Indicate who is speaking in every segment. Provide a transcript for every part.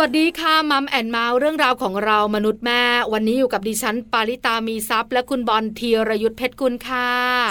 Speaker 1: สวัสดีค่ะมัมแอนเมาส์เรื่องราวของเรามนุษย์แม่ วันนี้อยู่กับดิฉันปาริตามีซัพย์และคุณบอลธีรยุทธเพชรกุลค่ะ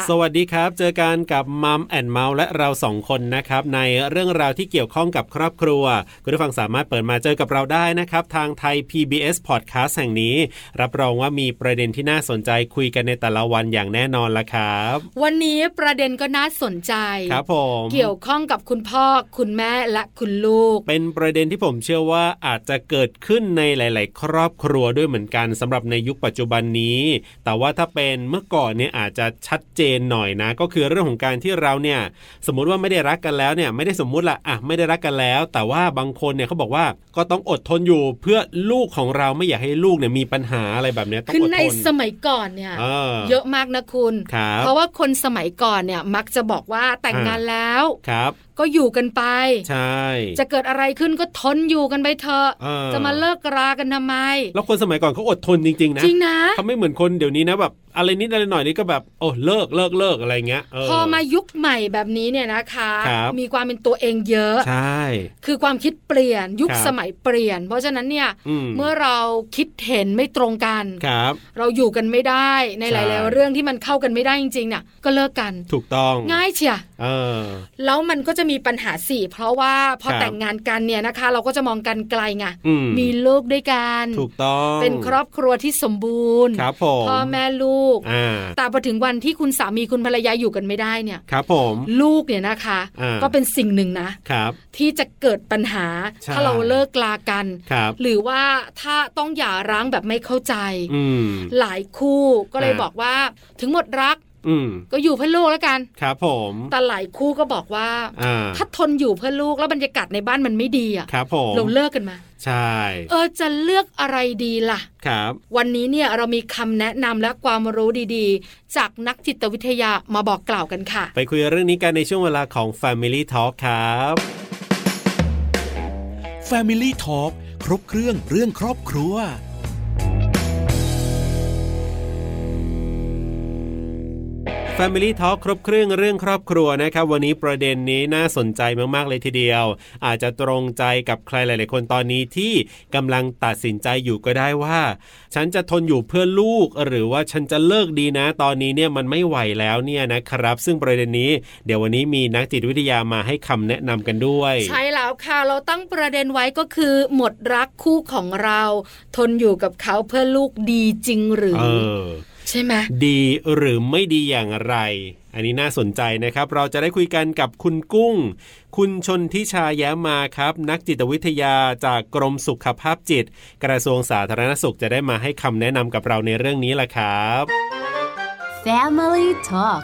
Speaker 2: สวัสดีครับ เจอกันกับมัมแอนเมาส์และเราสองคนนะครับ ในเรื่องราวที่เกี่ยวข้องกับครอบครัว คุณผู้ฟังสามารถเปิดมาเจอกับเราได้นะครับ ทางไทย PBS Podcast แห่งนี้ รับรองว่ามีประเด็นที่น่าสนใจคุยกันในแต่ละวันอย่างแน่นอนละครับ
Speaker 1: วันนี้ประเด็นก็น่าสนใจ
Speaker 2: ครับผม
Speaker 1: เกี่ยวข้องกับคุณพ่อ คุณแม่และคุณลูก
Speaker 2: เป็นประเด็นที่ผมเชื่อว่าอาจจะเกิดขึ้นในหลาย ๆ ครอบครัวด้วยเหมือนกันสำหรับในยุคปัจจุบันนี้ แต่ว่าถ้าเป็นเมื่อก่อนเนี่ยอาจจะชัดเจนหน่อยนะ ก็คือเรื่องของการที่เราเนี่ย สมมุติว่าไม่ได้รักกันแล้วเนี่ยไม่ได้สมมุติละอ่ะไม่ได้รักกันแล้ว แต่ว่าบางคนเนี่ยเขาบอกว่าก็ต้องอดทนอยู่เพื่อลูกของเราไม่อยากให้ลูกเนี่ยมีปัญหาอะไรแบบเนี้ยต้อง
Speaker 1: คือ
Speaker 2: อด
Speaker 1: ใน
Speaker 2: ทน
Speaker 1: สมัยก่อนเนี่ย
Speaker 2: เออ
Speaker 1: เยอะมากนะคุณ
Speaker 2: ครับ
Speaker 1: เพราะว่าคนสมัยก่อนเนี่ยมักจะบอกว่าแต่ง
Speaker 2: อ่าง
Speaker 1: งานแล้ว
Speaker 2: ครับ
Speaker 1: ก็อยู่กันไป
Speaker 2: ใช่
Speaker 1: จะเกิดอะไรขึ้นก็ทนอยู่กันไปเถอะ
Speaker 2: เออ
Speaker 1: จะมาเลิกรากันทำไม
Speaker 2: แล้วคนสมัยก่อนเขาอดทนจริง ๆ นะ
Speaker 1: จริงนะ
Speaker 2: เขาไม่เหมือนคนเดี๋ยวนี้นะแบบอะไรนิดอะไรหน่อยนี่ก็แบบโอ้เลิกเลิกเลิกอะไรเงี้ยเ
Speaker 1: พอมายุคใหม่แบบนี้เนี่ยนะคะ
Speaker 2: ครับ
Speaker 1: มีความเป็นตัวเองเยอะ
Speaker 2: ใช่
Speaker 1: คือความคิดเปลี่ยนยุค
Speaker 2: ครับ
Speaker 1: สมัยเปลี่ยน เพราะฉะนั้นเนี่ย
Speaker 2: อืม
Speaker 1: เมื่อเราคิดเห็นไม่ตรงกัน
Speaker 2: ครับ
Speaker 1: เราอยู่กันไม่ได้ใน
Speaker 2: ใช่
Speaker 1: หลาย ๆ เรื่องที่มันเข้ากันไม่ได้จริงๆเนี่ยก็เลิกกัน
Speaker 2: ถูกต้อง
Speaker 1: ง่ายเชีย
Speaker 2: เออ
Speaker 1: แล้วมันก็จะมีปัญหาสี่เพราะว่าพอ
Speaker 2: ครับ
Speaker 1: แต่งงานกันเนี่ยนะคะ เราก็จะมองกันไกลไง
Speaker 2: อืม
Speaker 1: มีลูกด้วยกัน
Speaker 2: ถูกต้อง
Speaker 1: เป็นครอบครัวที่สมบูรณ์
Speaker 2: ครับผม
Speaker 1: พ่อแม่ลูก
Speaker 2: อ่า
Speaker 1: แต่พอถึงวันที่คุณสามีคุณภรรยาอยู่กันไม่ได้เนี่ย
Speaker 2: ครับผม
Speaker 1: ลูกเนี่ยนะคะ
Speaker 2: อ่า
Speaker 1: ก็เป็นสิ่งหนึ่งนะ
Speaker 2: ครับ
Speaker 1: ที่จะเกิดปัญหา
Speaker 2: ใช่
Speaker 1: ถ้าเราเลิกลากัน
Speaker 2: ครับ
Speaker 1: หรือว่าถ้าต้องหย่าร้างแบบไม่เข้าใจ
Speaker 2: อืม
Speaker 1: หลายคู่ก็เลย
Speaker 2: อ่า
Speaker 1: บอกว่า ถึงหมดรัก
Speaker 2: อืม
Speaker 1: ก็อยู่เพื่อลูกแล้วกัน
Speaker 2: ครับผม
Speaker 1: แต่หลายคู่ก็บอกว่า
Speaker 2: อ่า
Speaker 1: ถ้าทนอยู่เพื่อลูกแล้วบรรยากาศในบ้านมันไม่ดีอะ
Speaker 2: ครับผม
Speaker 1: เราเลิกกันมา
Speaker 2: ใช่
Speaker 1: เออจะเลือกอะไรดีล่ะ
Speaker 2: ครับ
Speaker 1: วันนี้เนี่ยเรามีคำแนะนำและความรู้ดีๆ จากนักจิตวิทยามาบอกกล่าวกันค่ะ
Speaker 2: ไปคุยเรื่องนี้กันในช่วงเวลาของ Family Talk ครับ
Speaker 3: Family Talk ครบเครื่องเรื่องครอบครัว
Speaker 2: f a m i l y ่ทอครบเครื่องเรื่องครอบครัวนะครับ วันนี้ประเด็นนี้น่าสนใจมาก ๆ เลยทีเดียว อาจจะตรงใจกับใครหลาย ๆ คนตอนนี้ที่กำลังตัดสินใจอยู่ก็ได้ว่า ฉันจะทนอยู่เพื่อลูก หรือว่าฉันจะเลิกดีนะ ตอนนี้เนี่ยมันไม่ไหวแล้วเนี่ยนะครับ ซึ่งประเด็นนี้ เดี๋ยววันนี้มีนักจิตวิทยามาให้คำแนะนำกันด้วย
Speaker 1: ใช่แล้วค่ะเราตั้งประเด็นไว้ก็คือ หมดรักคู่ของเรา ทนอยู่กับเขาเพื่อลูกดีจริงหรือ
Speaker 2: เออ
Speaker 1: ใช่ไหม
Speaker 2: ดีหรือไม่ดีอย่างไร อันนี้น่าสนใจนะครับ เราจะได้คุยกันกับคุณกุ้ง คุณชนทิชาแย้มมาครับ นักจิตวิทยาจากกรมสุขภาพจิต กระทรวงสาธารณสุขจะได้มาให้คำแนะนำกับเราในเรื่องนี้ล่ะครับ
Speaker 4: Family Talk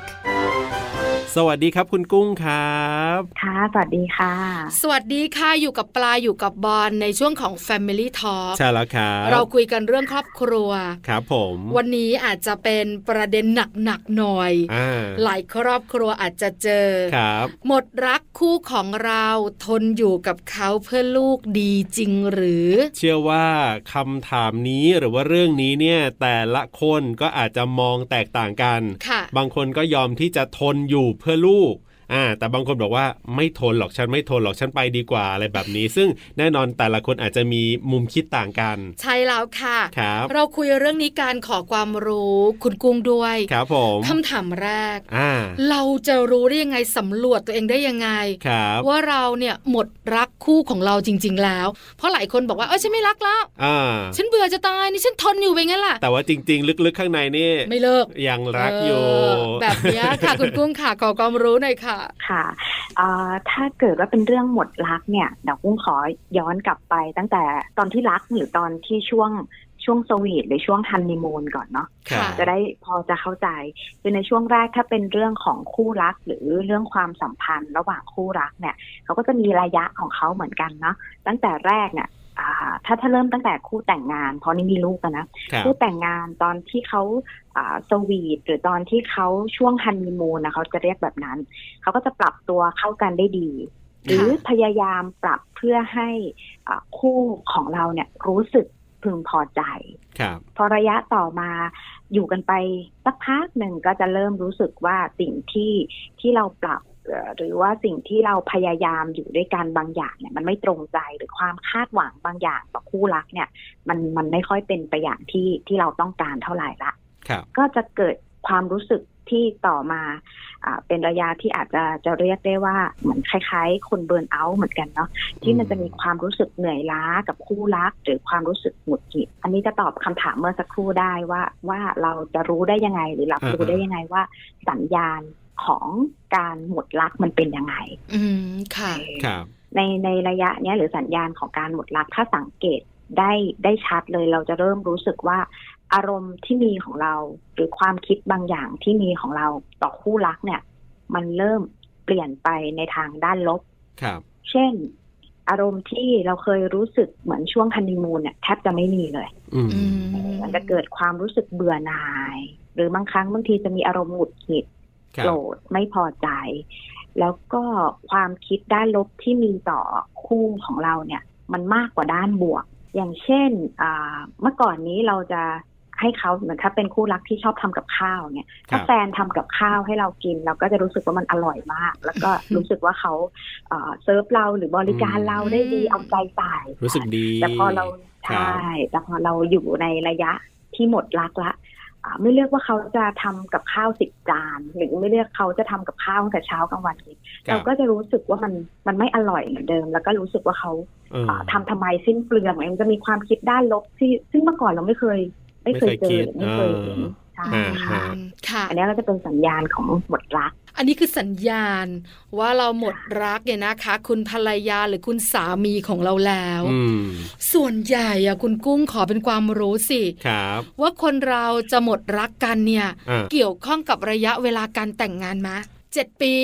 Speaker 2: สวัสดีครับคุณกุ้งครับ
Speaker 5: ค่ะ สวัสดีค่ะ
Speaker 1: สวัสดีค่ะอยู่กับปลาอยู่กับบอลในช่วงของ Family Talk
Speaker 2: ใช่แล้วครับ
Speaker 1: เราคุยกันเรื่องครอบครัว
Speaker 2: ครับผม
Speaker 1: วันนี้อาจจะเป็นประเด็นหนักๆหน่อย
Speaker 2: อ่า
Speaker 1: หลายครอบครัวอาจจะเจอ
Speaker 2: ครับ
Speaker 1: หมดรักคู่ของเราทนอยู่กับเขาเพื่อลูกดีจริงหรือ
Speaker 2: เชื่อว่าคำถามนี้หรือว่าเรื่องนี้เนี่ยแต่ละคนก็อาจจะมองแตกต่างกัน
Speaker 1: ค่ะ
Speaker 2: บางคนก็ยอมที่จะทนอยู่เพื่อลูก อ่า แต่บางคนบอกว่าไม่ทนหรอกฉันไม่ทนหรอกฉันไปดีกว่าอะไรแบบนี้ ซึ่งแน่นอนแต่ละคนอาจจะมีมุมคิดต่างกัน
Speaker 1: ใช่แล้วค่ะ
Speaker 2: ครับ
Speaker 1: เราคุยเรื่องนี้การขอความรู้คุณกุ้งด้วย
Speaker 2: ครับผม
Speaker 1: คำถามแรก
Speaker 2: อ่า
Speaker 1: เราจะรู้ได้ยังไงสำรวจตัวเองได้ยังไง
Speaker 2: ครับ
Speaker 1: ว่าเราเนี่ยหมดรักคู่ของเราจริง ๆ แล้ว เพราะหลายคนบอกว่าเออฉันไม่รักแล้ว
Speaker 2: อ่า
Speaker 1: ฉันเบื่อจะตายนี่ฉันทนอยู่ไปงั้นล่ะ
Speaker 2: แต่ว่าจริง ๆ ลึกๆข้างในนี่
Speaker 1: ไม่เลิก
Speaker 2: ยังรักอยู่
Speaker 1: เแบบเนี้ยค่ะ คุณกุ้งค่ะขอความรู้หน่อยค่ะ
Speaker 5: ค่ะเอ่อถ้าเกิดว่าเป็นเรื่องหมดรักเนี่ยเดี๋ยวกุ้งขอย้อนกลับไปตั้งแต่ตอนที่รักหรือตอนที่ช่วงช่วงสวีทหรือช่วงฮันนีมูนก่อนเนาะ
Speaker 2: ครับ
Speaker 5: จะได้พอจะเข้าใจคือในช่วงแรกถ้าเป็นเรื่องของคู่รักหรือเรื่องความสัมพันธ์ระหว่างคู่รักเนี่ยเขาก็จะมีระยะของเขาเหมือนกันเนาะ ตั้งแต่แรกเนี่ยอ่าถ้าถ้าเริ่มตั้งแต่คู่แต่งงานเพราะนี่มีลูกอะนะ
Speaker 2: ครับ
Speaker 5: คู่แต่งงานตอนที่เขาอ่าสวีทหรือตอนที่เขาช่วงฮันนีมูนนะเขาจะเรียกแบบนั้น เขาก็จะปรับตัวเข้ากันได้ดี หรือพยายามปรับเพื่อให้อ่าคู่ของเราเนี่ยรู้สึกพึงพอใจ
Speaker 2: ครับ
Speaker 5: พอระยะต่อมา อยู่กันไปสักพักหนึ่งก็จะเริ่มรู้สึกว่าสิ่งที่ที่เราปรับเอ่อหรือว่าสิ่งที่เราพยายามอยู่ด้วยกันบางอย่างเนี่ยมันไม่ตรงใจหรือความคาดหวังบางอย่างต่อคู่รักเนี่ย มันมันไม่ค่อยเป็นไปอย่างที่ที่เราต้องการเท่าไหร่ละ
Speaker 2: ครับ
Speaker 5: ก็จะเกิดความรู้สึกที่ต่อมาอ่าเป็นระยะที่อาจจะจะเรียกได้ว่าเหมือนคล้ายๆ คนเบิร์นเอาท์เหมือนกันเนาะที่มันจะมีความรู้สึกเหนื่อยล้ากับคู่รัก หรือความรู้สึกหงุดหงิดอันนี้จะตอบคำถามเมื่อสักครู่ได้ว่าว่าเราจะรู้ได้ยังไง หรือรับ
Speaker 2: อ่า
Speaker 5: รู้ได้ยังไงว่า สัญญาณของการหมดรักมันเป็นยังไง
Speaker 1: อืมค่ะ
Speaker 2: ครับ
Speaker 5: ในในระยะเนี้ยหรือสัญญาณของการหมดรักถ้าสังเกตได้ได้ชัดเลยเราจะเริ่มรู้สึกว่า อารมณ์ที่มีของเรา หรือความคิดบางอย่างที่มีของเราต่อคู่รักเนี่ย มันเริ่มเปลี่ยนไปในทางด้านลบ
Speaker 2: ครับ
Speaker 5: เช่น อารมณ์ที่เราเคยรู้สึกเหมือนช่วงฮันนีมูนเนี่ยแทบจะไม่มีเลย
Speaker 2: อืม
Speaker 1: อืม
Speaker 5: มันจะเกิดความรู้สึกเบื่อหน่าย หรือบางครั้งบางทีจะมีอารมณ์หงุดหงิด
Speaker 2: ครั
Speaker 5: โกร
Speaker 2: บ
Speaker 5: ธไม่พอใจ แล้วก็ความคิดด้านลบที่มีต่อคู่ของเราเนี่ย มันมากกว่าด้านบวก อย่างเช่นอ่าเมื่อก่อนนี้เราจะให้เขาเหมือนถ้าเป็นคู่รักที่ชอบทำกับข้าวเนี่ย
Speaker 2: ค
Speaker 5: ถ้า
Speaker 2: รับ
Speaker 5: แฟนทำกับข้าวให้เรากิน เราก็จะรู้สึกว่ามันอร่อยมาก แล้วก็ รู้สึกว่าเขาเอ่อเซิร์ฟเราหรือบริการเราได้ดีเอาใจใส่
Speaker 2: รู้สึกดี
Speaker 5: แต่พอเรา
Speaker 2: ครั
Speaker 5: ใช่
Speaker 2: บ
Speaker 5: แต่พอเราอยู่ในระยะที่หมดรักละอ่าไม่เลือกว่าเขาจะทำกับข้าวสิบจานหรือไม่เลือกเขาจะทำกับข้าวตั้งแต่เช้ากลางวันเย็น
Speaker 2: ค
Speaker 5: เรา
Speaker 2: บ
Speaker 5: ก็จะรู้สึกว่ามันมันไม่อร่อยเหมือนเดิม แล้วก็รู้สึกว่าเขา
Speaker 2: เออ
Speaker 5: อ่าทำทำไมสิ้นเปลืองมันจะมีความคิดด้านลบที่ซึ่งเมื่อก่อนเราไม่เคย ไม่เคยเจอหรือไม่เคยเห็นใช่
Speaker 2: อ่า
Speaker 5: ค่ะ
Speaker 2: ฮะ
Speaker 1: ค่ะ
Speaker 5: อันนี้ก็จะเป็นสัญญาณของหมดรัก
Speaker 1: อันนี้คือสัญญาณว่าเราหมดรักเนี่ยนะคะ คุณภรรยาหรือคุณสามีของเราแล้ว
Speaker 2: อืม
Speaker 1: ส่วนใหญ่อะคุณกุ้งขอเป็นความรู้สิ
Speaker 2: ครับ
Speaker 1: ว่าคนเราจะหมดรักกันเนี่ย
Speaker 2: อ่า
Speaker 1: เกี่ยวข้องกับระยะเวลาการแต่งงานมาเจ็ดปี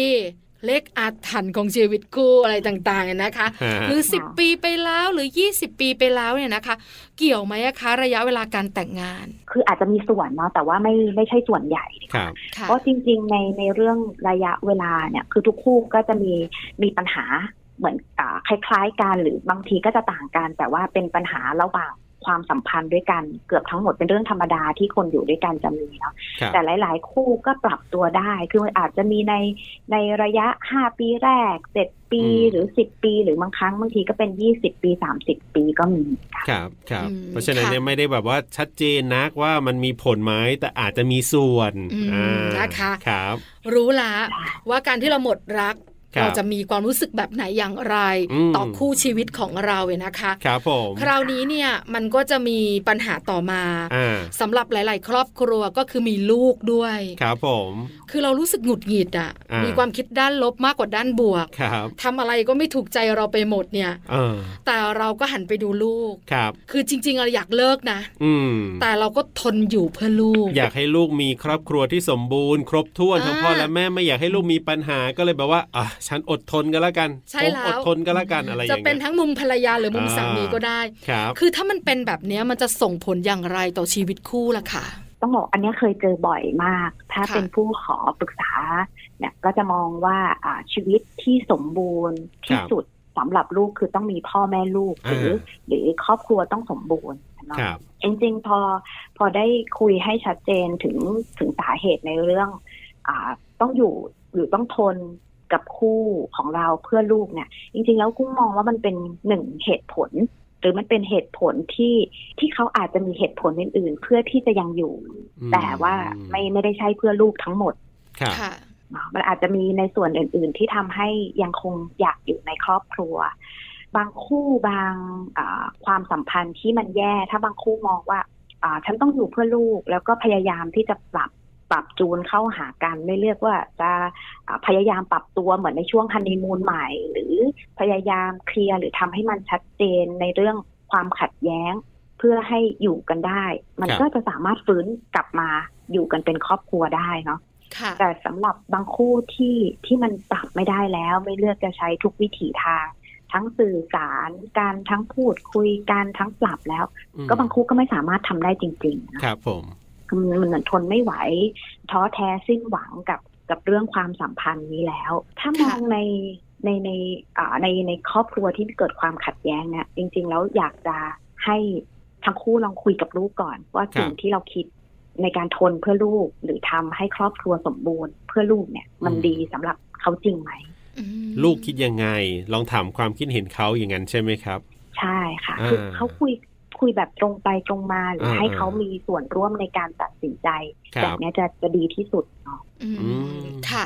Speaker 1: เลขอาถรรพ์ของชีวิตคู่อะไรต่างๆเนี่ยนะคะ
Speaker 2: ฮะ
Speaker 1: หรือ
Speaker 5: ค่ะ
Speaker 1: 10 ปีไปแล้วหรือ 20 ปีไปแล้วเนี่ยนะคะ เกี่ยวไหมอะคะระยะเวลาการแต่งงาน
Speaker 5: คืออาจจะมีส่วนเนาะแต่ว่าไม่ไม่ใช่ส่วนใหญ่
Speaker 2: ครับ
Speaker 1: ค่ะ
Speaker 5: เพราะจริงๆ ในในเรื่องระยะเวลาเนี่ยคือทุกคู่ก็จะมีมีปัญหาเหมือนอ่าคล้าย ๆกันหรือบางทีก็จะต่างกัน แต่ว่าเป็นปัญหาระหว่างความสัมพันธ์ด้วยกันเกือบทั้งหมดเป็นเรื่องธรรมดาที่คนอยู่ด้วยกันจะมีเนาะ
Speaker 2: ครับ
Speaker 5: แต่หลาย ๆ คู่ก็ปรับตัวได้ คือมันอาจจะมีในในระยะ 5 ปีแรก 7 ปี
Speaker 2: อืม
Speaker 5: หรือ 10 ปี หรือบางครั้งบางทีก็เป็น 20 ปี 30 ปีก็มีค่ะ
Speaker 2: ครับครับเพราะฉะนั้นเนี่ยไม่ได้แบบว่าชัดเจนนักว่ามันมีผลไหมแต่อาจจะมีส่วน
Speaker 1: อืม
Speaker 2: อ่า
Speaker 1: นะคะ
Speaker 2: ครับ
Speaker 1: รู้ละว่าการที่เราหมดรัก
Speaker 2: ครับ
Speaker 1: เราจะมีความรู้สึกแบบไหนอย่างไร
Speaker 2: อืม
Speaker 1: ต่อคู่ชีวิตของเราเนี่ยนะคะ
Speaker 2: ครับผม
Speaker 1: คราวนี้เนี่ยมันก็จะมีปัญหาต่อมา
Speaker 2: อ่า
Speaker 1: สำหรับหลาย ๆ ครอบครัวก็คือมีลูกด้วย
Speaker 2: ครับผม
Speaker 1: คือเรารู้สึกหงุดหงิดอ่ะ
Speaker 2: อ่ามี
Speaker 1: มีความคิดด้านลบมากกว่าด้านบวก
Speaker 2: ครับ
Speaker 1: ทำอะไรก็ไม่ถูกใจเราไปหมดเนี่ย
Speaker 2: เออ
Speaker 1: แต่เราก็หันไปดูลูก
Speaker 2: ครับ
Speaker 1: คือจริง ๆ เราอยากเลิกนะ
Speaker 2: อืม
Speaker 1: แต่เราก็ทนอยู่เพื่อลูก
Speaker 2: อยากให้ลูกมีครอบครัวที่สมบูรณ์ ครบถ้วน
Speaker 1: อ่า
Speaker 2: ทั้งพ่อและแม่ไม่อยากให้ลูกมีปัญหาก็เลยแบบว่าอ่ะฉันอดทนก็แล้วกัน
Speaker 1: ใช่
Speaker 2: ผม
Speaker 1: แล้ว
Speaker 2: อดทนก็แล้วกันอะไรอย่า
Speaker 1: จะ
Speaker 2: งเงี้ย
Speaker 1: เป็นทั้งมุมภรรยาหรือมุม
Speaker 2: อ่า
Speaker 1: สามีก็ได้
Speaker 2: ครับ
Speaker 1: คือถ้ามันเป็นแบบเนี้ยมันจะส่งผลอย่างไรต่อชีวิตคู่ล่ะค่ะ
Speaker 5: ต้องบอกอันเนี้ยเคยเจอบ่อยมาก ถ้า
Speaker 1: ค่ะ
Speaker 5: เป็นผู้ขอปรึกษาเนี่ยก็จะมองว่าอ่าชีวิตที่สมบูรณ์ที่สุดสำหรับลูกคือต้องมีพ่อแม่ลูกหรือ
Speaker 2: อ่า
Speaker 5: หรือครอบครัวต้องสมบูรณ์เนาะ
Speaker 2: ครับ
Speaker 5: จริงๆพอพอได้คุยให้ชัดเจนถึงถึงสาเหตุในเรื่องอ่าต้องอยู่หรือต้องทนกับคู่ของเราเพื่อลูกเนี่ยจริง ๆ แล้วกุ้งมองว่ามันเป็นหนึ่งเหตุผล หรือมันเป็นเหตุผลที่ที่เขาอาจจะมีเหตุผลอื่น ๆ เพื่อที่จะยังอยู่
Speaker 2: อืม
Speaker 5: แต่ว่าไม่ไม่ได้ใช่เพื่อลูกทั้งหมด
Speaker 2: ครับ
Speaker 1: ค่ะ
Speaker 5: เนาะมันอาจจะมีในส่วนอื่น ๆ ที่ทำให้ยังคงอยากอยู่ในครอบครัว บางคู่บางอ่าความสัมพันธ์ที่มันแย่ ถ้าบางคู่มองว่าอ่าฉันต้องอยู่เพื่อลูก แล้วก็พยายามที่จะปรับปรับจูนเข้าหากันไม่เลือกว่าจะอ่าพยายามปรับตัวเหมือนในช่วงฮันนีมูนใหม่ หรือพยายามเคลียร์หรือทำให้มันชัดเจนในเรื่องความขัดแย้ง เพื่อให้อยู่กันได้ มัน
Speaker 2: ครับ
Speaker 5: ก็จะสามารถฟื้นกลับมาอยู่กันเป็นครอบครัวได้เนาะ
Speaker 1: ค่ะ
Speaker 5: แต่สำหรับบางคู่ที่ที่มันปรับไม่ได้แล้ว ไม่เลือกจะใช้ทุกวิถีทาง ทั้งสื่อสารการทั้งพูดคุยการทั้งปรับแล้ว
Speaker 2: อืม
Speaker 5: ก็บางคู่ก็ไม่สามารถทำได้จริงๆนะครับ
Speaker 2: ผม
Speaker 5: คือมันเหมือนทนไม่ไหว ท้อแท้สิ้นหวังกับกับเรื่องความสัมพันธ์นี้แล้ว ถ้ามองในในในอ่าในในครอบครัวที่เกิดความขัดแย้งเนี่ยจริง ๆ แล้วอยากจะให้ทั้งคู่ลองคุยกับลูกก่อน ว่าสิ่ง
Speaker 2: ครับ
Speaker 5: ที่เราคิด ในการทนเพื่อลูกหรือทำให้ครอบครัวสมบูรณ์ เพื่อลูกเนี่ย มัน
Speaker 2: อืม
Speaker 5: ดีสำหรับเขาจริงไหม
Speaker 1: อืม
Speaker 2: ลูกคิดยังไง ลองถามความคิดเห็นเขาอย่างนั้นใช่ไหมครับ
Speaker 5: ใช่ค่ะ
Speaker 2: อ่า
Speaker 5: คือเขาคุยคุยแบบตรงไปตรงมาหรืออา ให้เขามีส่วนร่วมในการตัดสินใจ
Speaker 2: ครับ
Speaker 5: แบบเนี้ยจะจะดีที่สุดเนาะ
Speaker 1: อืม
Speaker 2: อืม
Speaker 1: ค่ะ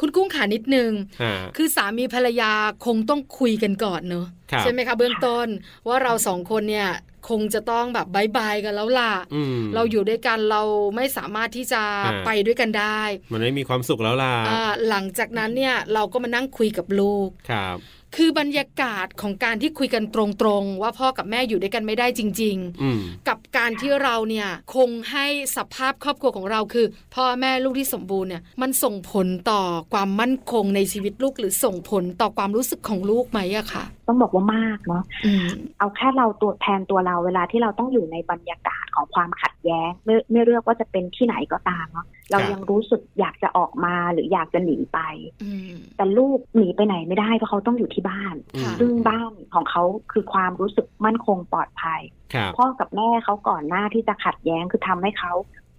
Speaker 1: คุณกุ้งขานิดนึง
Speaker 2: ฮะ
Speaker 1: คือสามีภรรยาคงต้องคุยกันก่อนเนอะ
Speaker 2: ครับ
Speaker 1: ใช่ไหมคะเบื้องต้น ว่าเราสองคนเนี่ยคงจะต้องแบบบายบายกันแล้วล่ะ
Speaker 2: ม
Speaker 1: เราอยู่ด้วยกันเราไม่สามารถที่จะ
Speaker 2: อ่า
Speaker 1: ไปด้วยกันได้
Speaker 2: มันไม่มีความสุขแล้วล่ะ
Speaker 1: อ่าหลังจากนั้นเนี่ยเราก็มานั่งคุยกับลูก
Speaker 2: ครับ
Speaker 1: คือบรรยากาศของการที่คุยกันตรงๆ ว่าพ่อกับแม่อยู่ด้วยกันไม่ได้จริง
Speaker 2: อืม
Speaker 1: ๆ กับการที่เราเนี่ยคงให้สภาพครอบครัวของเราคือ พ่อแม่ลูกที่สมบูรณ์เนี่ยมันส่งผลต่อความมั่นคงในชีวิตลูก หรือส่งผลต่อความรู้สึกของลูกไหมอะค่ะ
Speaker 5: ต้องบอกว่ามากเนาะ
Speaker 1: อืม
Speaker 5: เอาแค่เราตัวแทนตัวเราเวลาที่เราต้องอยู่ในบรรยากาศของความขัดแย้งไม่ไม่เลือกว่าจะเป็นที่ไหนก็ตามเนาะเรายังรู้สึกอยากจะออกมาหรืออยากจะหนีไป
Speaker 1: อืม
Speaker 5: แต่ลูกหนีไปไหนไม่ได้เพราะเขาต้องอยู่ที่บ้าน
Speaker 2: อืม
Speaker 5: ซึ่งบ้านของเขาคือความรู้สึกมั่นคงปลอดภัย
Speaker 2: ครับ
Speaker 5: พ่อกับแม่เขาก่อนหน้าที่จะขัดแย้งคือทำให้เขา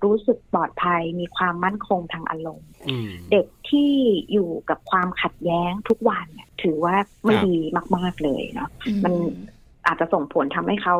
Speaker 5: รู้สึกปลอดภัย มีความมั่นคงทางอารมณ์
Speaker 2: อืม
Speaker 5: เด็กที่อยู่กับความขัดแย้งทุกวันเนี่ยถือว่าไม่
Speaker 2: ครับ
Speaker 5: ดีมาก ๆ เลยเนาะ มัน อาจจะส่งผลทำให้เขา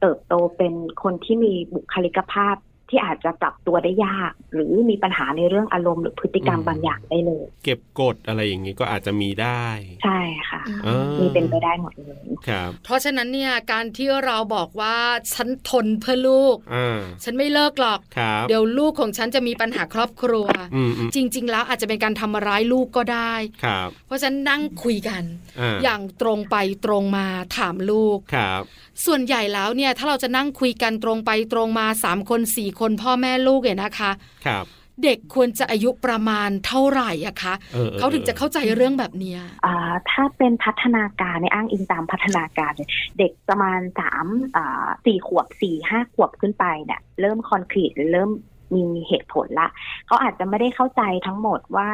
Speaker 5: เติบโตเป็นคนที่มีบุคลิกภาพที่อาจจะปรับตัวได้ยาก หรือมีปัญหาในเรื่องอารมณ์หรือพฤติกรรมบางอย่างได้เลย
Speaker 2: เก็บกดอะไรอย่างนี้ก็อาจจะมีได้
Speaker 5: ใช่ค่ะ
Speaker 1: อืม
Speaker 2: อ่า
Speaker 5: มีเป็นไปได้หมดเลย
Speaker 2: ครับ
Speaker 1: เพราะฉะนั้นเนี่ยการที่เราบอกว่าฉันทนเพื่อลูก
Speaker 2: อ่า
Speaker 1: ฉันไม่เลิกหรอก
Speaker 2: ครับ
Speaker 1: เดี๋ยวลูกของฉันจะมีปัญหาครอบครัว
Speaker 2: อืมอืม
Speaker 1: จริง ๆ แล้วอาจจะเป็นการทำร้ายลูกก็ได้
Speaker 2: ครับ
Speaker 1: เพราะฉะนั้นนั่งคุยกัน
Speaker 2: อ่า
Speaker 1: อย่างตรงไปตรงมาถามลูก
Speaker 2: ครับ
Speaker 1: ส่วนใหญ่แล้วเนี่ยถ้าเราจะนั่งคุยกันตรงไปตรงมาสามคนสี่คนพ่อแม่ลูกเนี่ยนะคะ
Speaker 2: ครับ
Speaker 1: เด็กควรจะอายุประมาณเท่าไหร่อะคะ
Speaker 2: เออออ
Speaker 1: เขาถึงจะเข้าใจเรื่องแบบเนี้ย
Speaker 5: อ่าถ้าเป็นพัฒนาการในยอ้างอิงตามพัฒนาการเลยเด็กประมาณสามอ่าสี่ขวบสี่ห้าขวบขึ้นไปเนี่ยเริ่มคอนกรีตเริ่มมีเหตุผลละเขาอาจจะไม่ได้เข้าใจทั้งหมดว่า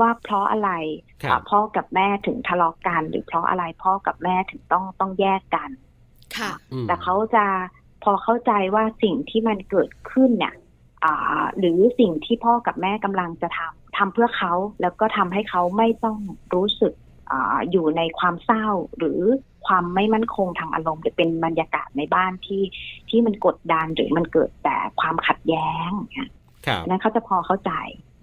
Speaker 5: ว่าเพราะอะไร
Speaker 2: ครับ
Speaker 5: อ่าพ่อกับแม่ถึงทะเลาะกัน หรือเพราะอะไรพ่อกับแม่ถึงต้องต้องแยกกัน
Speaker 1: ค่ะ
Speaker 2: อืม
Speaker 5: แต่เขาจะพอเข้าใจว่าสิ่งที่มันเกิดขึ้นเนี่ยอ่าหรือสิ่งที่พ่อกับแม่กำลังจะทำทำเพื่อเขาแล้วก็ทำให้เขาไม่ต้องรู้สึกอาอยู่ในความเศร้า หรือความไม่มั่นคงทางอารมณ์หรือเป็นบรรยากาศในบ้านที่ที่มันกดดันหรือมันเกิดแต่ความขัดแย้งเนี่ย
Speaker 2: ครับ
Speaker 5: นั้นเขาจะพอเข้าใจ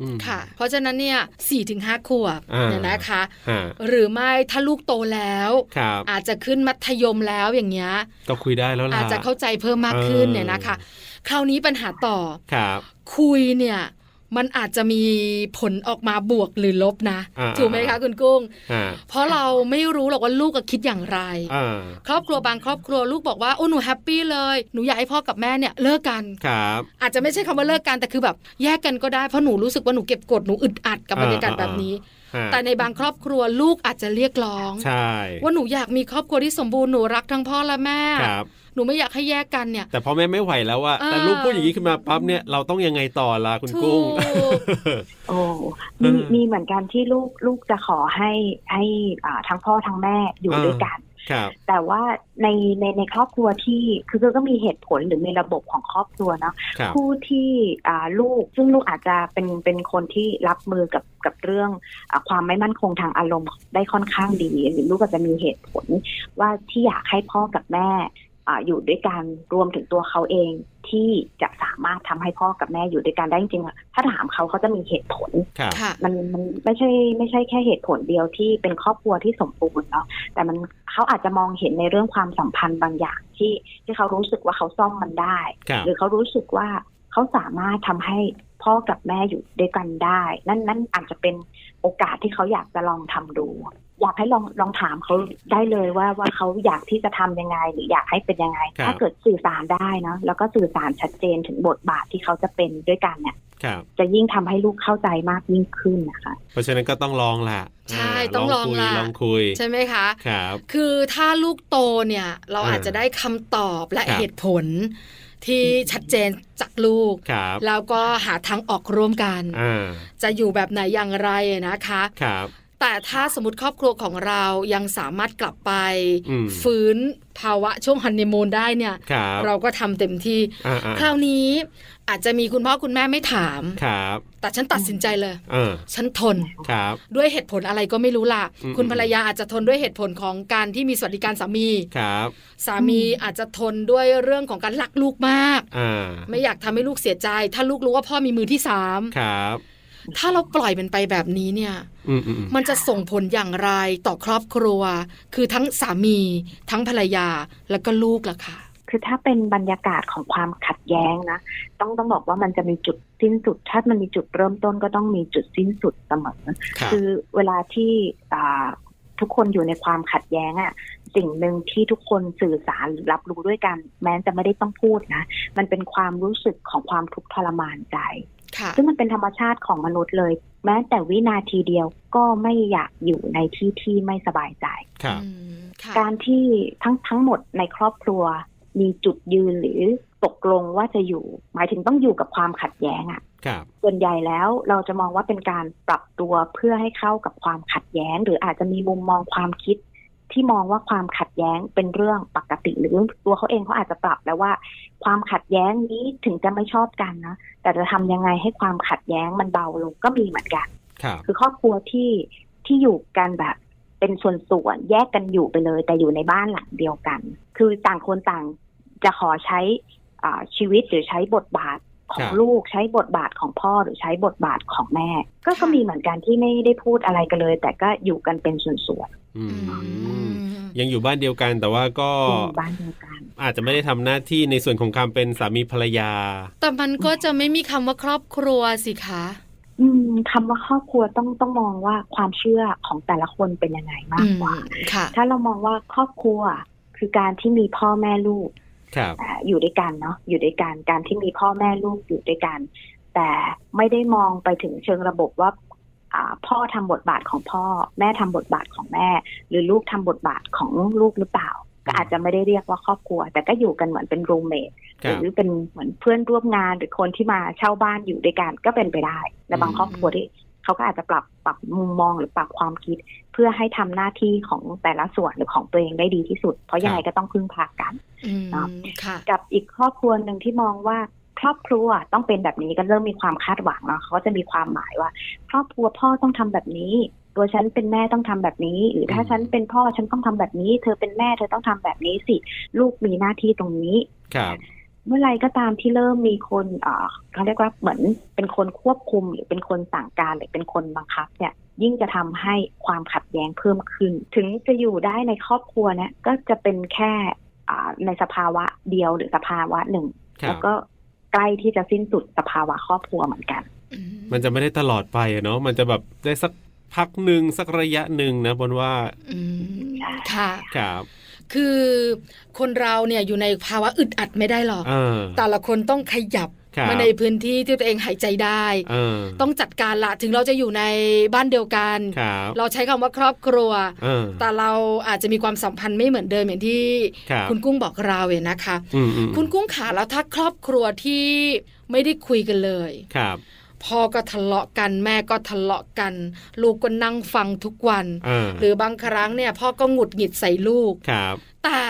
Speaker 2: อืม
Speaker 1: ค่ะ เพราะฉะนั้นเนี่ยสี่ถึงห้าขวบ
Speaker 2: อ่า
Speaker 1: เนี่ยนะคะ
Speaker 2: ฮะ
Speaker 1: หรือไม่ถ้าลูกโตแล้ว
Speaker 2: ครับ
Speaker 1: อาจจะขึ้นมัธยมแล้วอย่างเงี้ย
Speaker 2: ก็คุยได้แล้วล่ะ
Speaker 1: อาจจะเข้าใจเพิ่มมากขึ้น
Speaker 2: เออ
Speaker 1: เนี่ยนะคะ คราวนี้ปัญหาต่อ
Speaker 2: ครับ
Speaker 1: คุยเนี่ย มันอาจจะมีผลออกมาบวกหรือลบนะ
Speaker 2: อ่า
Speaker 1: ถูกไหมคะคุณกุ้ง
Speaker 2: อ่า
Speaker 1: เพราะเราไม่รู้หรอกว่าลูกอะคิดอย่างไร
Speaker 2: อ่า
Speaker 1: ครอบครัวบางครอบครัวลูกบอกว่าโอ้หนูแฮปปี้เลย หนูอยากให้พ่อกับแม่เนี่ยเลิกกัน
Speaker 2: ครับ
Speaker 1: อาจจะไม่ใช่คำว่าเลิกกันแต่คือแบบแยกกันก็ได้เพราะหนูรู้สึกว่าหนูเก็บกดหนูอึดอัดกับบรรยากาศแบบนี้
Speaker 2: ฮะ
Speaker 1: แต่ในบางครอบครัวลูกอาจจะเรียกร้อง
Speaker 2: ใช่
Speaker 1: ว่าหนูอยากมีครอบครัวที่สมบูรณ์หนูรักทั้งพ่อและแม่
Speaker 2: ครับ
Speaker 1: หนูไม่อยากให้แยกกันเนี่ย
Speaker 2: แต่พอแม่ไม่ไหวแล้วอะ
Speaker 1: เออ
Speaker 2: แต่ลูกพูดอย่างนี้ขึ้นมาปั๊บเนี่ยเราต้องยังไงต่อล่ะคุณ
Speaker 1: ถู
Speaker 2: กุ้ง
Speaker 1: ก
Speaker 5: โอ้มี
Speaker 2: เออ
Speaker 5: มีเหมือนกันที่ลูกลูกจะขอให้ให้อ่าทั้งพ่อทั้งแม่อยู่
Speaker 2: อ่า
Speaker 5: ด้วยกัน
Speaker 2: ครับ
Speaker 5: แต่ว่าในในในครอบครัวที่คือก็มีเหตุผลหรือมีระบบของครอบครัวเนาะ
Speaker 2: ครับ
Speaker 5: คู่ที่อ่าลูกซึ่งลูกอาจจะเป็นเป็นคนที่รับมือกับกับเรื่องอาความไม่มั่นคงทางอารมณ์ได้ค่อนข้างดีหรือลูกอาจจะมีเหตุผลว่าที่อยากให้พ่อกับแม่อ่าอยู่ด้วยกันรวมถึงตัวเขาเองที่จะสามารถทำให้พ่อกับแม่อยู่ด้วยกันได้จริงๆอะถ้าถามเขาเขาจะมีเหตุผล
Speaker 2: ครับ
Speaker 1: ค่ะ
Speaker 5: มันมันไม่ใช่ไม่ใช่แค่เหตุผลเดียวที่เป็นครอบครัวที่สมบูรณ์เนาะแต่มันเขาอาจจะมองเห็นในเรื่องความสัมพันธ์บางอย่างที่ที่เขารู้สึกว่าเขาซ่อมมันได้
Speaker 2: ครับ
Speaker 5: หรือเขารู้สึกว่าเขาสามารถทำให้พ่อกับแม่อยู่ด้วยกันได้ นั่นนั่นอาจจะเป็นโอกาสที่เขาอยากจะลองทำดู อยากให้ลองลองถามเขาได้เลยว่าว่าเขาอยากที่จะทำยังไง หรืออยากให้เป็นยังไง
Speaker 2: ครับ
Speaker 5: ถ้าเกิดสื่อสารได้เนาะแล้วก็สื่อสารชัดเจนถึงบทบาทที่เขาจะเป็นด้วยกันเนี่ย
Speaker 2: ครับ
Speaker 5: จะยิ่งทำให้ลูกเข้าใจมากยิ่งขึ้นนะคะ
Speaker 2: เพราะฉะนั้นก็ต้องลองล่ะ
Speaker 1: ใช่
Speaker 2: า
Speaker 1: ต้องลอง
Speaker 2: คุย
Speaker 1: ล่ะ
Speaker 2: ลองคุย
Speaker 1: ใช่ไหมคะ
Speaker 2: ครับ
Speaker 1: คือถ้าลูกโตเนี่ยเราอาจจะได้คำตอบและ
Speaker 2: ครับ
Speaker 1: เหตุผล ที่ชัดเจนจากลูก
Speaker 2: ครับ
Speaker 1: แล้วก็หาทางออกร่วมกัน
Speaker 2: อ่า
Speaker 1: จะอยู่แบบไหนอย่างไรนะคะ
Speaker 2: ครับ
Speaker 1: แต่ แต่ถ้าสมมติครอบครัวของเรายังสามารถกลับไป
Speaker 2: อืม
Speaker 1: ฟื้นภาวะช่วงฮันนีมูนได้เนี่ย
Speaker 2: ครับ
Speaker 1: เราก็ทำเต็มที่
Speaker 2: อ่าอ่า
Speaker 1: คราวนี้อาจจะมีคุณพ่อคุณแม่ไม่ถาม
Speaker 2: ครับ
Speaker 1: แต่ฉันตัดสินใจเลย
Speaker 2: อ่า
Speaker 1: ฉันทน
Speaker 2: ครับ
Speaker 1: ด้วยเหตุผลอะไรก็ไม่รู้ล่ะ
Speaker 2: อืม
Speaker 1: คุณภรรยาอาจจะทนด้วยเหตุผลของการที่มีสวัสดิการสามี
Speaker 2: ครับ
Speaker 1: สามีอาจจะทนด้วยเรื่องของการรักลูกมาก
Speaker 2: อ่า
Speaker 1: ไม่อยากทำให้ลูกเสียใจ ถ้าลูกรู้ว่าพ่อมีมือที่สาม
Speaker 2: ครับ
Speaker 1: ถ้าเราปล่อยมันไปแบบนี้เนี่ย
Speaker 2: อืมอืมอืม
Speaker 1: มันจะส่งผลอย่างไรต่อครอบครัว คือทั้งสามี ทั้งภรรยาแล้วก็ลูกล่ะค่ะ
Speaker 5: คือถ้าเป็นบรรยากาศของความขัดแย้งนะต้องต้องบอกว่ามันจะมีจุดสิ้นสุด ถ้ามันมีจุดเริ่มต้นก็ต้องมีจุดสิ้นสุดเสมอ
Speaker 2: ครับ
Speaker 5: คือเวลาที่อ่าทุกคนอยู่ในความขัดแย้งอะสิ่งหนึ่งที่ทุกคนสื่อสารหรือรับรู้ด้วยกัน แม้จะไม่ได้ต้องพูดนะ มันเป็นความรู้สึกของความทุกข์ทรมานใจ
Speaker 1: ค่ะ
Speaker 5: ซึ่งมันเป็นธรรมชาติของมนุษย์เลย แม้แต่วินาทีเดียวก็ไม่อยากอยู่ในที่ที่ไม่สบายใจ
Speaker 2: ครับ
Speaker 1: อืมค่ะ
Speaker 5: การที่ทั้งทั้งหมดในครอบครัว มีจุดยืนหรือตกลงว่าจะอยู่ หมายถึงต้องอยู่กับความขัดแย้งอะ
Speaker 2: ครับ
Speaker 5: ส่วนใหญ่แล้วเราจะมองว่าเป็นการปรับตัวเพื่อให้เข้ากับความขัดแย้ง หรืออาจจะมีมุมมองความคิด ที่มองว่าความขัดแย้งเป็นเรื่องปกติ หรือตัวเขาเองเขาอาจจะปรับแล้วว่า ความขัดแย้งนี้ถึงจะไม่ชอบกันนะแต่จะทำยังไงให้ความขัดแย้งมันเบาลงก็มีเหมือนกัน
Speaker 2: ครับ
Speaker 5: คือครอบครัวที่ที่อยู่กันแบบเป็นส่วนๆแยกกันอยู่ไปเลย แต่อยู่ในบ้านหลังเดียวกัน คือต่างคนต่างจะขอใช้อ่าชีวิตหรือใช้บทบาทของลูกใช้บทบาทของพ่อหรือใช้บทบาทของแม่ ก็ก็มีเหมือนกันที่ไม่ได้พูดอะไรกันเลย แต่ก็อยู่กันเป็นส่วน
Speaker 2: อื
Speaker 1: อื
Speaker 2: ม
Speaker 1: ม
Speaker 2: ยังอยู่บ้านเดียวกันแต่ว่าก็
Speaker 5: ๆอยู่บ้านเดียวกัน
Speaker 2: อาจจะไม่ได้ทำหน้าที่ในส่วนของความเป็นสามีภรรยา
Speaker 1: แต่มันก็จะไม่มีคำว่าครอบครัวสิคะ
Speaker 5: อืมคำว่าครอบครัวต้องต้องมองว่าความเชื่อของแต่ละคนเป็นยังไงมากกว่า
Speaker 1: อืมค่ะ
Speaker 5: ถ้าเรามองว่าครอบครัวคือการที่มีพ่อแม่ลูก
Speaker 2: ครับ
Speaker 5: อ่าอยู่ด้วยกันเนาะอยู่ด้วยกันการที่มีพ่อแม่ลูกอยู่ด้วยกัน แต่ไม่ได้มองไปถึงเชิงระบบว่าอ่าพ่อทำบทบาทของพ่อ แม่ทำบทบาทของแม่ หรือลูกทำบทบาทของลูกหรือเปล่า ก็อาจจะไม่ได้เรียกว่าครอบครัว แต่ก็อยู่กันเหมือนเป็น o m มเม e
Speaker 2: ค
Speaker 5: ห
Speaker 2: รับ
Speaker 5: รือเป็นเหมือนเพื่อนร่วมงานหรือคนที่มาเช่าบ้านอยู่ด้วยกันก็เป็นไปได้และบาง
Speaker 2: อืม
Speaker 5: ครอบครัวที่เขาก็อาจจะปรับปรับมุมมองหรือปรับความคิด เพื่อให้ทำหน้าที่ของแต่ละส่วนหรือของตัวเองได้ดีที่สุด เพราะยังไงก็ต้องพึ่งพากัน
Speaker 1: อืมค่ะ
Speaker 5: กับอีกครอบครัวหนึ่งที่มองว่าครอบครัวต้องเป็นแบบนี้ก็เริ่มมีความคาดหวังเนาะเขาก็จะมีความหมายว่า ครอบครัวพ่อต้องทำแบบนี้ ตัวฉันเป็นแม่ต้องทำแบบนี้ หรือถ้าฉันเป็นพ่อฉันต้องทำแบบนี้ เธอเป็นแม่เธอต้องทำแบบนี้สิ ลูกมีหน้าที่ตรงนี้
Speaker 2: ครับ
Speaker 5: เมื่อไรก็ตามที่เริ่มมีคนเอ่อเขาเรียกว่าเหมือนเป็นคนควบคุม หรือเป็นคนสั่งการหรือเป็นคนบังคับเนี่ยยิ่งจะทำให้ความขัดแย้งเพิ่มขึ้น ถึงจะอยู่ได้ในครอบครัวเนี่ยก็จะเป็นแค่อ่าในสภาวะเดียวหรือสภาวะหนึ่ง
Speaker 2: ครั
Speaker 5: แล้ว
Speaker 2: บ
Speaker 5: ก็ใกล้ที่จะสิ้นสุดสภาวะครอบครัวเหมือนกัน
Speaker 1: อื
Speaker 2: มันจะไม่ได้ตลอดไปอะเนาะมันจะแบบได้สักพักหนึ่งสักระยะหนึ่งนะบนว่า
Speaker 1: อืมค่ะ
Speaker 2: ครับ
Speaker 1: คือคนเราเนี่ยอยู่ในภาวะอึดอัดไม่ได้หรอก
Speaker 2: เออ
Speaker 1: แต่ละคนต้องขยับ
Speaker 2: ครับ
Speaker 1: มาในพื้นที่ที่ตัวเองหายใจได้
Speaker 2: เออ
Speaker 1: ต้องจัดการละถึงเราจะอยู่ในบ้านเดียวกัน
Speaker 2: ครับ
Speaker 1: เราใช้คำว่าครอบครัว
Speaker 2: เออ
Speaker 1: แต่เราอาจจะมีความสัมพันธ์ไม่เหมือนเดิมอย่างที่
Speaker 2: ครับ
Speaker 1: คุณกุ้งบอกเราเนี่ยนะคะ
Speaker 2: อืมอืม
Speaker 1: คุณกุ้งขาแล้วถ้าครอบครัวที่ไม่ได้คุยกันเลย
Speaker 2: ครับ
Speaker 1: พ่อก็ทะเลาะกันแม่ก็ทะเลาะกัน ลูกก็นั่งฟังทุกวัน
Speaker 2: เออ
Speaker 1: หรือบางครั้งเนี่ยพ่อก็หงุดหงิดใส่ลูก
Speaker 2: ครับ
Speaker 1: แต่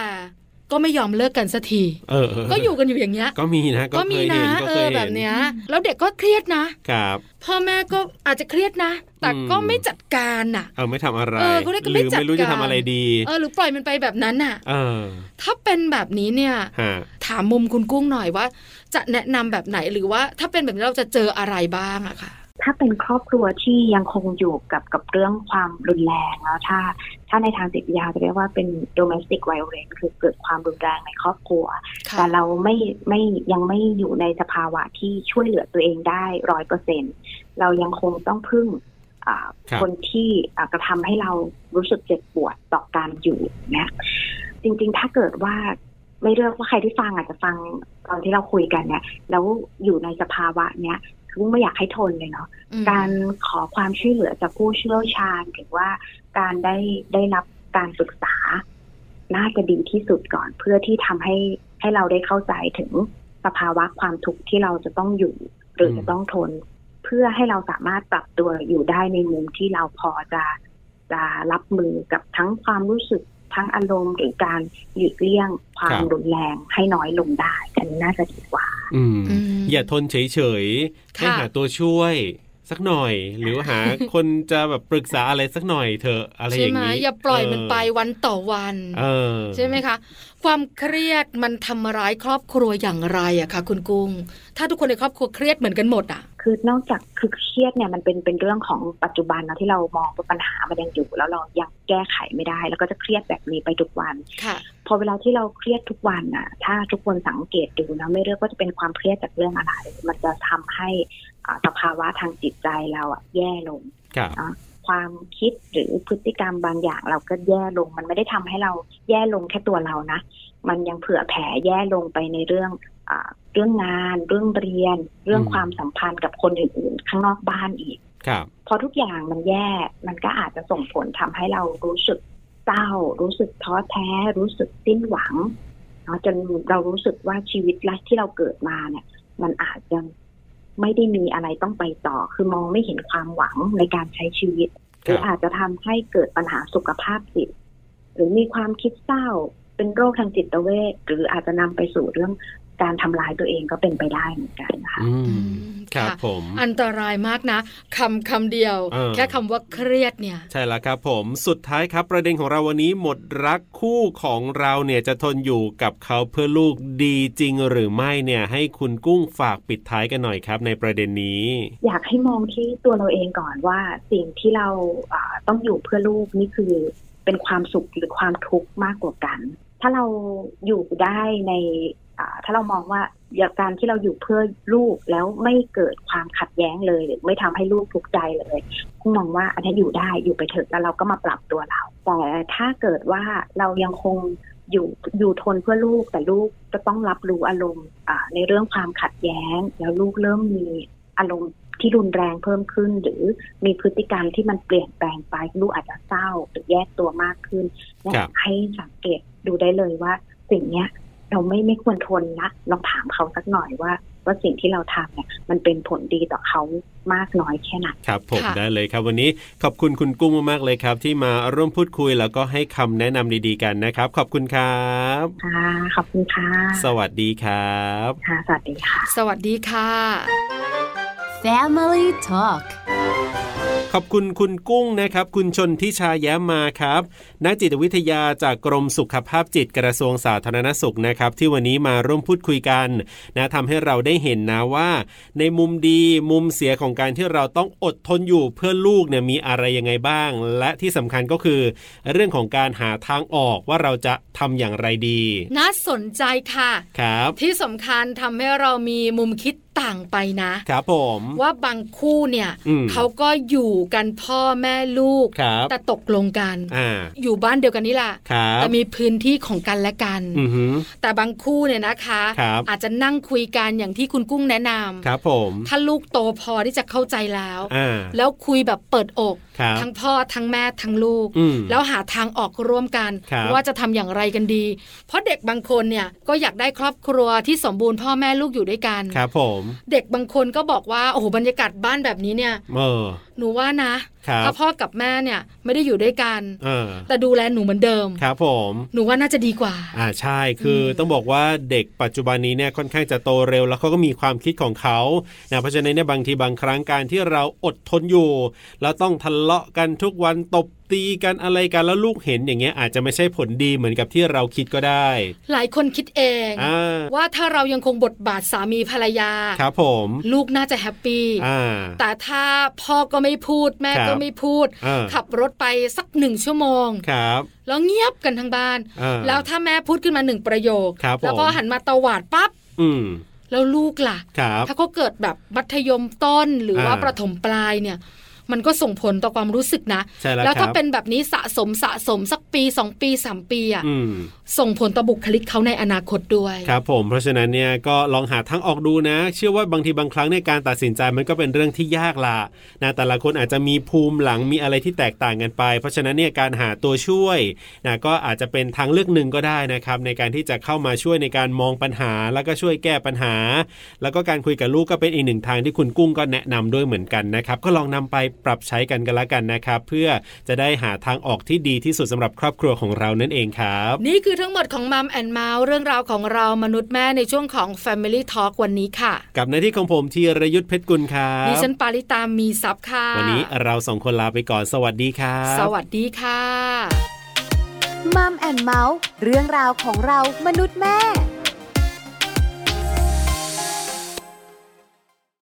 Speaker 1: ก็ไม่ยอมเลิกกันสักที
Speaker 2: เออเเ
Speaker 1: ก็อยู่กันอยู่อย่างเงี้ย
Speaker 2: ก็มีนะก็
Speaker 1: ก็
Speaker 2: เค
Speaker 1: มี
Speaker 2: ย
Speaker 1: นะ
Speaker 2: เห็นก็
Speaker 1: เอ
Speaker 2: เค
Speaker 1: อย แบ
Speaker 2: เห็
Speaker 1: บ
Speaker 2: น
Speaker 1: เนี้ยแล้วเด็กก็เครียดนะ
Speaker 2: ครับ
Speaker 1: พ่อแม่ก็อาจจะเครียดนะ แต่
Speaker 2: อืม
Speaker 1: ก็ไม่จัดการน่ะ
Speaker 2: เออไม่ทำอะไร
Speaker 1: เออเขาเรียกกัน
Speaker 2: หรือ
Speaker 1: ไม่จัด
Speaker 2: ไม่รู้จะ
Speaker 1: การ
Speaker 2: ทำอะไรดี
Speaker 1: เออหรือปล่อยมันไปแบบนั้นน่ะ
Speaker 2: เออ
Speaker 1: ถ้าเป็นแบบนี้เนี่ย
Speaker 2: ฮะ
Speaker 1: ถามมุมคุณกุ้งหน่อยว่า จะแนะนำแบบไหนหรือว่าถ้าเป็นแบบนี้เราจะเจออะไรบ้างอะค่ะ
Speaker 5: ถ้าเป็นครอบครัวที่ยังคงอยู่กับกับเรื่องความรุนแรงแล้วถ้า ถ้าในทางจิตวิทยาจะเรียกว่าเป็น domestic violence คือเกิดความรุนแรงในครอบครัว
Speaker 1: ค่ะ
Speaker 5: แต่เราไม่ไม่ยังไม่อยู่ในสภาวะที่ช่วยเหลือตัวเองได้ร้อยเปอร์เซ็นเรายังคงต้องพึ่งอ่า
Speaker 2: ครับ
Speaker 5: คนที่อ่ากระทำให้เรารู้สึกเจ็บปวดต่อการอยู่นะจริงๆถ้าเกิดว่าไม่เลือกว่าใครที่ฟังอาจจะฟังตอนที่เราคุยกันเนี่ยแล้วอยู่ในสภาวะเนี้ยคือไม่อยากให้ทนเลยเนาะ
Speaker 1: อืม
Speaker 5: การขอความช่วยเหลือจากผู้เชี่ยวชาญหรือว่าการได้ได้รับการศึกษา น่าจะดีที่สุดก่อน เพื่อที่ทำให้ให้เราได้เข้าใจถึงสภาวะความทุกข์ที่เราจะต้องอยู่ หรือ
Speaker 2: ม
Speaker 5: จะต้องทน เพื่อให้เราสามารถปรับตัวอยู่ได้ในมุมที่เราพอจะ จะรับมือกับทั้งความรู้สึกทั้งอารมณ์หรือการหลีกเลี่ยงควา
Speaker 2: ค
Speaker 5: ม
Speaker 2: รับ
Speaker 5: รุนแรงให้น้อยลงได้อันนี้น่าจะดีกว่า
Speaker 2: อืม
Speaker 1: อืม
Speaker 2: อย่าทนเฉยๆ
Speaker 1: ค่ะ
Speaker 2: ให้หาตัวช่วย สักหน่อย หรือหา คนจะแบบปรึกษาอะไรสักหน่อยเถอะอะไรอ
Speaker 1: ใช่
Speaker 2: ย่าง
Speaker 1: ไหม
Speaker 2: นี้
Speaker 1: อย่าปล่อยมัน
Speaker 2: เ
Speaker 1: ไปวันต่อวัน
Speaker 2: เออ
Speaker 1: ใช่ไหมคะ ความเครียดมันทำร้ายครอบครัวอย่างไรอะคะคุณกุ้ง ถ้าทุกคนในครอบครัวเครียดเหมือนกันหมดอะ
Speaker 5: คือนอกจากคือเครียดเนี่ยมันเป็นเป็นเรื่องของปัจจุบันนะที่เรามองว่าปัญหามันยังอยู่ แล้วเรายังแก้ไขไม่ได้ แล้วก็จะเครียดแบบนี้ไปทุกวัน
Speaker 1: ค่ะ
Speaker 5: พอเวลาที่เราเครียดทุกวันน่ะ ถ้าทุกคนสังเกตดูนะไม่เลือกว่าจะเป็นความเครียดจากเรื่องอะไร มันจะทำให้อ่าสภาวะทางจิตใจเราอะแย่ลง
Speaker 2: ครับ
Speaker 5: ความคิดหรือพฤติกรรมบางอย่างเราก็แย่ลง มันไม่ได้ทำให้เราแย่ลงแค่ตัวเรานะ มันยังเผื่อแผ่แย่ลงไปในเรื่องอาเรื่องงาน เรื่องเรียน เรื่อง
Speaker 2: อืม
Speaker 5: ความสัมพันธ์กับคนอื่นๆ ข้างนอกบ้านอีก
Speaker 2: ครับ
Speaker 5: พอทุกอย่างมันแย่ มันก็อาจจะส่งผลทำให้เรารู้สึกเศร้า รู้สึกท้อแท้ รู้สึกสิ้นหวังเนาะจนเรารู้สึกว่าชีวิตรักที่เราเกิดมาเนี่ย มันอาจจะไม่ได้มีอะไรต้องไปต่อ คือมองไม่เห็นความหวังในการใช้ชีวิต ห
Speaker 2: ครั
Speaker 5: รื
Speaker 2: บ
Speaker 5: ออาจจะทำให้เกิดปัญหาสุขภาพจิต หรือมีความคิดเศร้า เป็นโรคทางจิตเวชหรืออาจจะนำไปสู่เรื่องการทำลายตัวเองก็เป็นไปได้เหมือนกันนะคะ
Speaker 2: อืม ครับ
Speaker 1: ค่ะ
Speaker 2: ผม
Speaker 1: อันตรายมากนะคำคำเดียว
Speaker 2: เออ
Speaker 1: แค่คำว่าเครียดเนี่ย
Speaker 2: ใช่แล้วครับผมสุดท้ายครับประเด็นของเราวันนี้หมดรักคู่ของเราเนี่ยจะทนอยู่กับเขาเพื่อลูกดีจริงหรือไม่เนี่ย ให้คุณกุ้งฝากปิดท้ายกันหน่อยครับ ในประเด็นนี้
Speaker 5: อยากให้มองที่ตัวเราเองก่อนว่าสิ่งที่เราอ่าต้องอยู่เพื่อลูกนี่คือเป็นความสุขหรือความทุกข์มากกว่ากัน ถ้าเราอยู่ได้ในอ่าถ้าเรามองว่าอย่างการที่เราอยู่เพื่อลูกแล้วไม่เกิดความขัดแย้งเลยหรือไม่ทำให้ลูกทุกข์ใจเลยคุณมองว่าอันนี้อยู่ได้อยู่ไปเถอะแล้วเราก็มาปรับตัวเรา แต่ถ้าเกิดว่าเรายังคงอยู่อยู่ทนเพื่อลูกแต่ลูกจะต้องรับรู้อารมณ์อ่าในเรื่องความขัดแย้ง แล้วลูกเริ่มมี อารมณ์ที่รุนแรงเพิ่มขึ้น หรือมีพฤติกรรมที่มันเปลี่ยนแปลงไปลูกอาจจะเศร้าหรือแยกตัวมากขึ้น
Speaker 2: ครับ
Speaker 5: อยากให้สังเกตดูได้เลยว่า สิ่งเนี้ยเราไม่ไม่ควรทนนะลองถามเขาสักหน่อยว่า ว่าสิ่งที่เราทำเนี่ยมันเป็นผลดีต่อเขามากน้อยแค่ไหน
Speaker 2: ครับผม
Speaker 1: ค่ะ
Speaker 2: ได้เลยครับวันนี้ขอบคุณคุณกุ้งมากๆเลยครับ ที่มาร่วมพูดคุยแล้วก็ให้คำแนะนำดีๆกันนะครับ ขอบคุณครับ
Speaker 5: ค่ะ ขอบคุณค่ะ
Speaker 2: สวัสดีครับ
Speaker 5: ค่ะสวัสดีค่ะ
Speaker 1: สวัสดีค่ะ
Speaker 4: Family Talk
Speaker 2: ขอบคุณคุณกุ้งนะครับ คุณชนทิชาแย้มมาครับ นักจิตวิทยาจากกรมสุขภาพจิตกระทรวงสาธารณสุขนะครับ ที่วันนี้มาร่วมพูดคุยกันนะทำให้เราได้เห็นนะว่า ในมุมดีมุมเสียของการที่เราต้องอดทนอยู่เพื่อลูกเนี่ยมีอะไรยังไงบ้าง และที่สำคัญก็คือ เรื่องของการหาทางออกว่าเราจะทำอย่างไรดี
Speaker 1: น่าสนใจค่ะ
Speaker 2: ครับ
Speaker 1: ที่สำคัญทำให้เรามีมุมคิดต่างไปนะ
Speaker 2: ครับผม
Speaker 1: ว่าบางคู่เนี่ย
Speaker 2: อืม
Speaker 1: เขาก็อยู่กันพ่อแม่ลูก
Speaker 2: ครับ
Speaker 1: แต่ตกลงกัน
Speaker 2: อ่า
Speaker 1: อยู่บ้านเดียวกันนี่แหละ
Speaker 2: ครับ
Speaker 1: แต่มีพื้นที่ของกันและกัน
Speaker 2: อือหือ
Speaker 1: แต่บางคู่เนี่ยนะคะ
Speaker 2: ครับ
Speaker 1: อาจจะนั่งคุยกันอย่างที่คุณกุ้งแนะนำ
Speaker 2: ครับผม
Speaker 1: ถ้าลูกโตพอที่จะเข้าใจแล้ว
Speaker 2: อ่า
Speaker 1: แล้วคุยแบบเปิดอก
Speaker 2: ครับ
Speaker 1: ทั้งพ่อทั้งแม่ทั้งลูก
Speaker 2: อืม
Speaker 1: แล้วหาทางออกร่วมกัน
Speaker 2: ครับ
Speaker 1: ว่าจะทำอย่างไรกันดี เพราะเด็กบางคนเนี่ยก็อยากได้ครอบครัวที่สมบูรณ์พ่อแม่ลูกอยู่ด้วยกัน
Speaker 2: ครับผม
Speaker 1: เด็กบางคนก็บอกว่าโอ้โหบรรยากาศบ้านแบบนี้เนี่ย
Speaker 2: เออ
Speaker 1: หนูว่านะครับ ถ้าพ่อกับแม่เนี่ยไม่ได้อยู่ด้วยกัน
Speaker 2: เออ
Speaker 1: แต่ดูแลหนูเหมือนเดิม
Speaker 2: ครับผม
Speaker 1: หนูว่าน่าจะดีกว่า
Speaker 2: อ่าใช่คืออ
Speaker 1: ม
Speaker 2: ต้องบอกว่าเด็กปัจจุบันนี้เนี่ยค่อนข้างจะโตเร็ว แล้วเขาก็มีความคิดของเขานะเพราะฉะนั้นเนี่ยบางทีบางครั้งการที่เราอดทนอยู่ แล้วต้องทะเลาะกันทุกวันตบตีกันอะไรกันแล้วลูกเห็นอย่างเงี้ยอาจจะไม่ใช่ผลดีเหมือนกับที่เราคิดก็ได้
Speaker 1: หลายคนคิดเอง
Speaker 2: อ่า
Speaker 1: ว่าถ้าเรายังคงบทบาทสามีภรรยา
Speaker 2: ครับผม
Speaker 1: ลูกน่าจะแฮปปี้
Speaker 2: อ่า
Speaker 1: แต่ถ้าพ่อก็ไม่พูด แม่
Speaker 2: ครับ
Speaker 1: ก็ไม่พูด
Speaker 2: เออ
Speaker 1: ขับรถไปสักหนึ่งชั่วโมง
Speaker 2: ครับ
Speaker 1: แล้วเงียบกันทั้งบ้าน
Speaker 2: อ่า
Speaker 1: แล้วถ้าแม่พูดขึ้นมาหนึ่งประโยค
Speaker 2: ครับผม
Speaker 1: แล้วพอหันมาตวาดปั๊บ
Speaker 2: อืม
Speaker 1: แล้วลูกล่ะ
Speaker 2: ครับ
Speaker 1: ถ้าเขาเกิดแบบมัธยมต้นหรือว่า
Speaker 2: อ่า
Speaker 1: ประถมปลายเนี่ย มันก็ส่งผลต่อความรู้สึกนะ
Speaker 2: ใช่แล้ว
Speaker 1: แล้ว
Speaker 2: ครั
Speaker 1: ถ้า
Speaker 2: บ
Speaker 1: เป็นแบบนี้สะสมสะสมสักปี 2 ปี 3 ปีอ่ะ
Speaker 2: อืม
Speaker 1: ส่งผลต่อบุคลิกเขาในอนาคตด้วย
Speaker 2: ครับผมเพราะฉะนั้นเนี่ยก็ลองหาทางออกดูนะ เชื่อว่าบางทีบางครั้งในยการตัดสินใจมันก็เป็นเรื่องที่ยากละนะแต่ละคนอาจจะมีภูมิหลังมีอะไรที่แตกต่างกันไป เพราะฉะนั้นเนี่ยการหาตัวช่วยนะก็อาจจะเป็นทางเลือกหนึ่งก็ได้นะครับในการที่จะเข้ามาช่วยในการมองปัญหา แล้วก็ช่วยแก้ปัญหา แล้วก็การคุยกับลูกก็เป็นอีกหนึ่งทางที่คุณกุ้งก็แนะนำด้วยเหมือนกันนะครับก็ลองนำไป ปรับใช้กันกันละกันนะครับ เพื่อจะได้หาทางออกที่ดีที่สุดสำหรับครอบครัวของเรานั่นเองครับ
Speaker 1: นี่คือทั้งหมดของมัมแอนเมาส์เรื่องราวของเรามนุษย์แม่ในช่วงของ Family Talk วันนี้ค่ะ
Speaker 2: กับหน้าที่ของผมธีรยุทธเพชรกุลครับ
Speaker 1: ดิฉันปาริตามีซับค่ะ
Speaker 2: วันนี้เราสองคนลาไปก่อนสวัสดีครับ
Speaker 1: สวัสดีค่ะ
Speaker 4: มัมแอนเมาส์เรื่องราวของเรามนุษย์แม่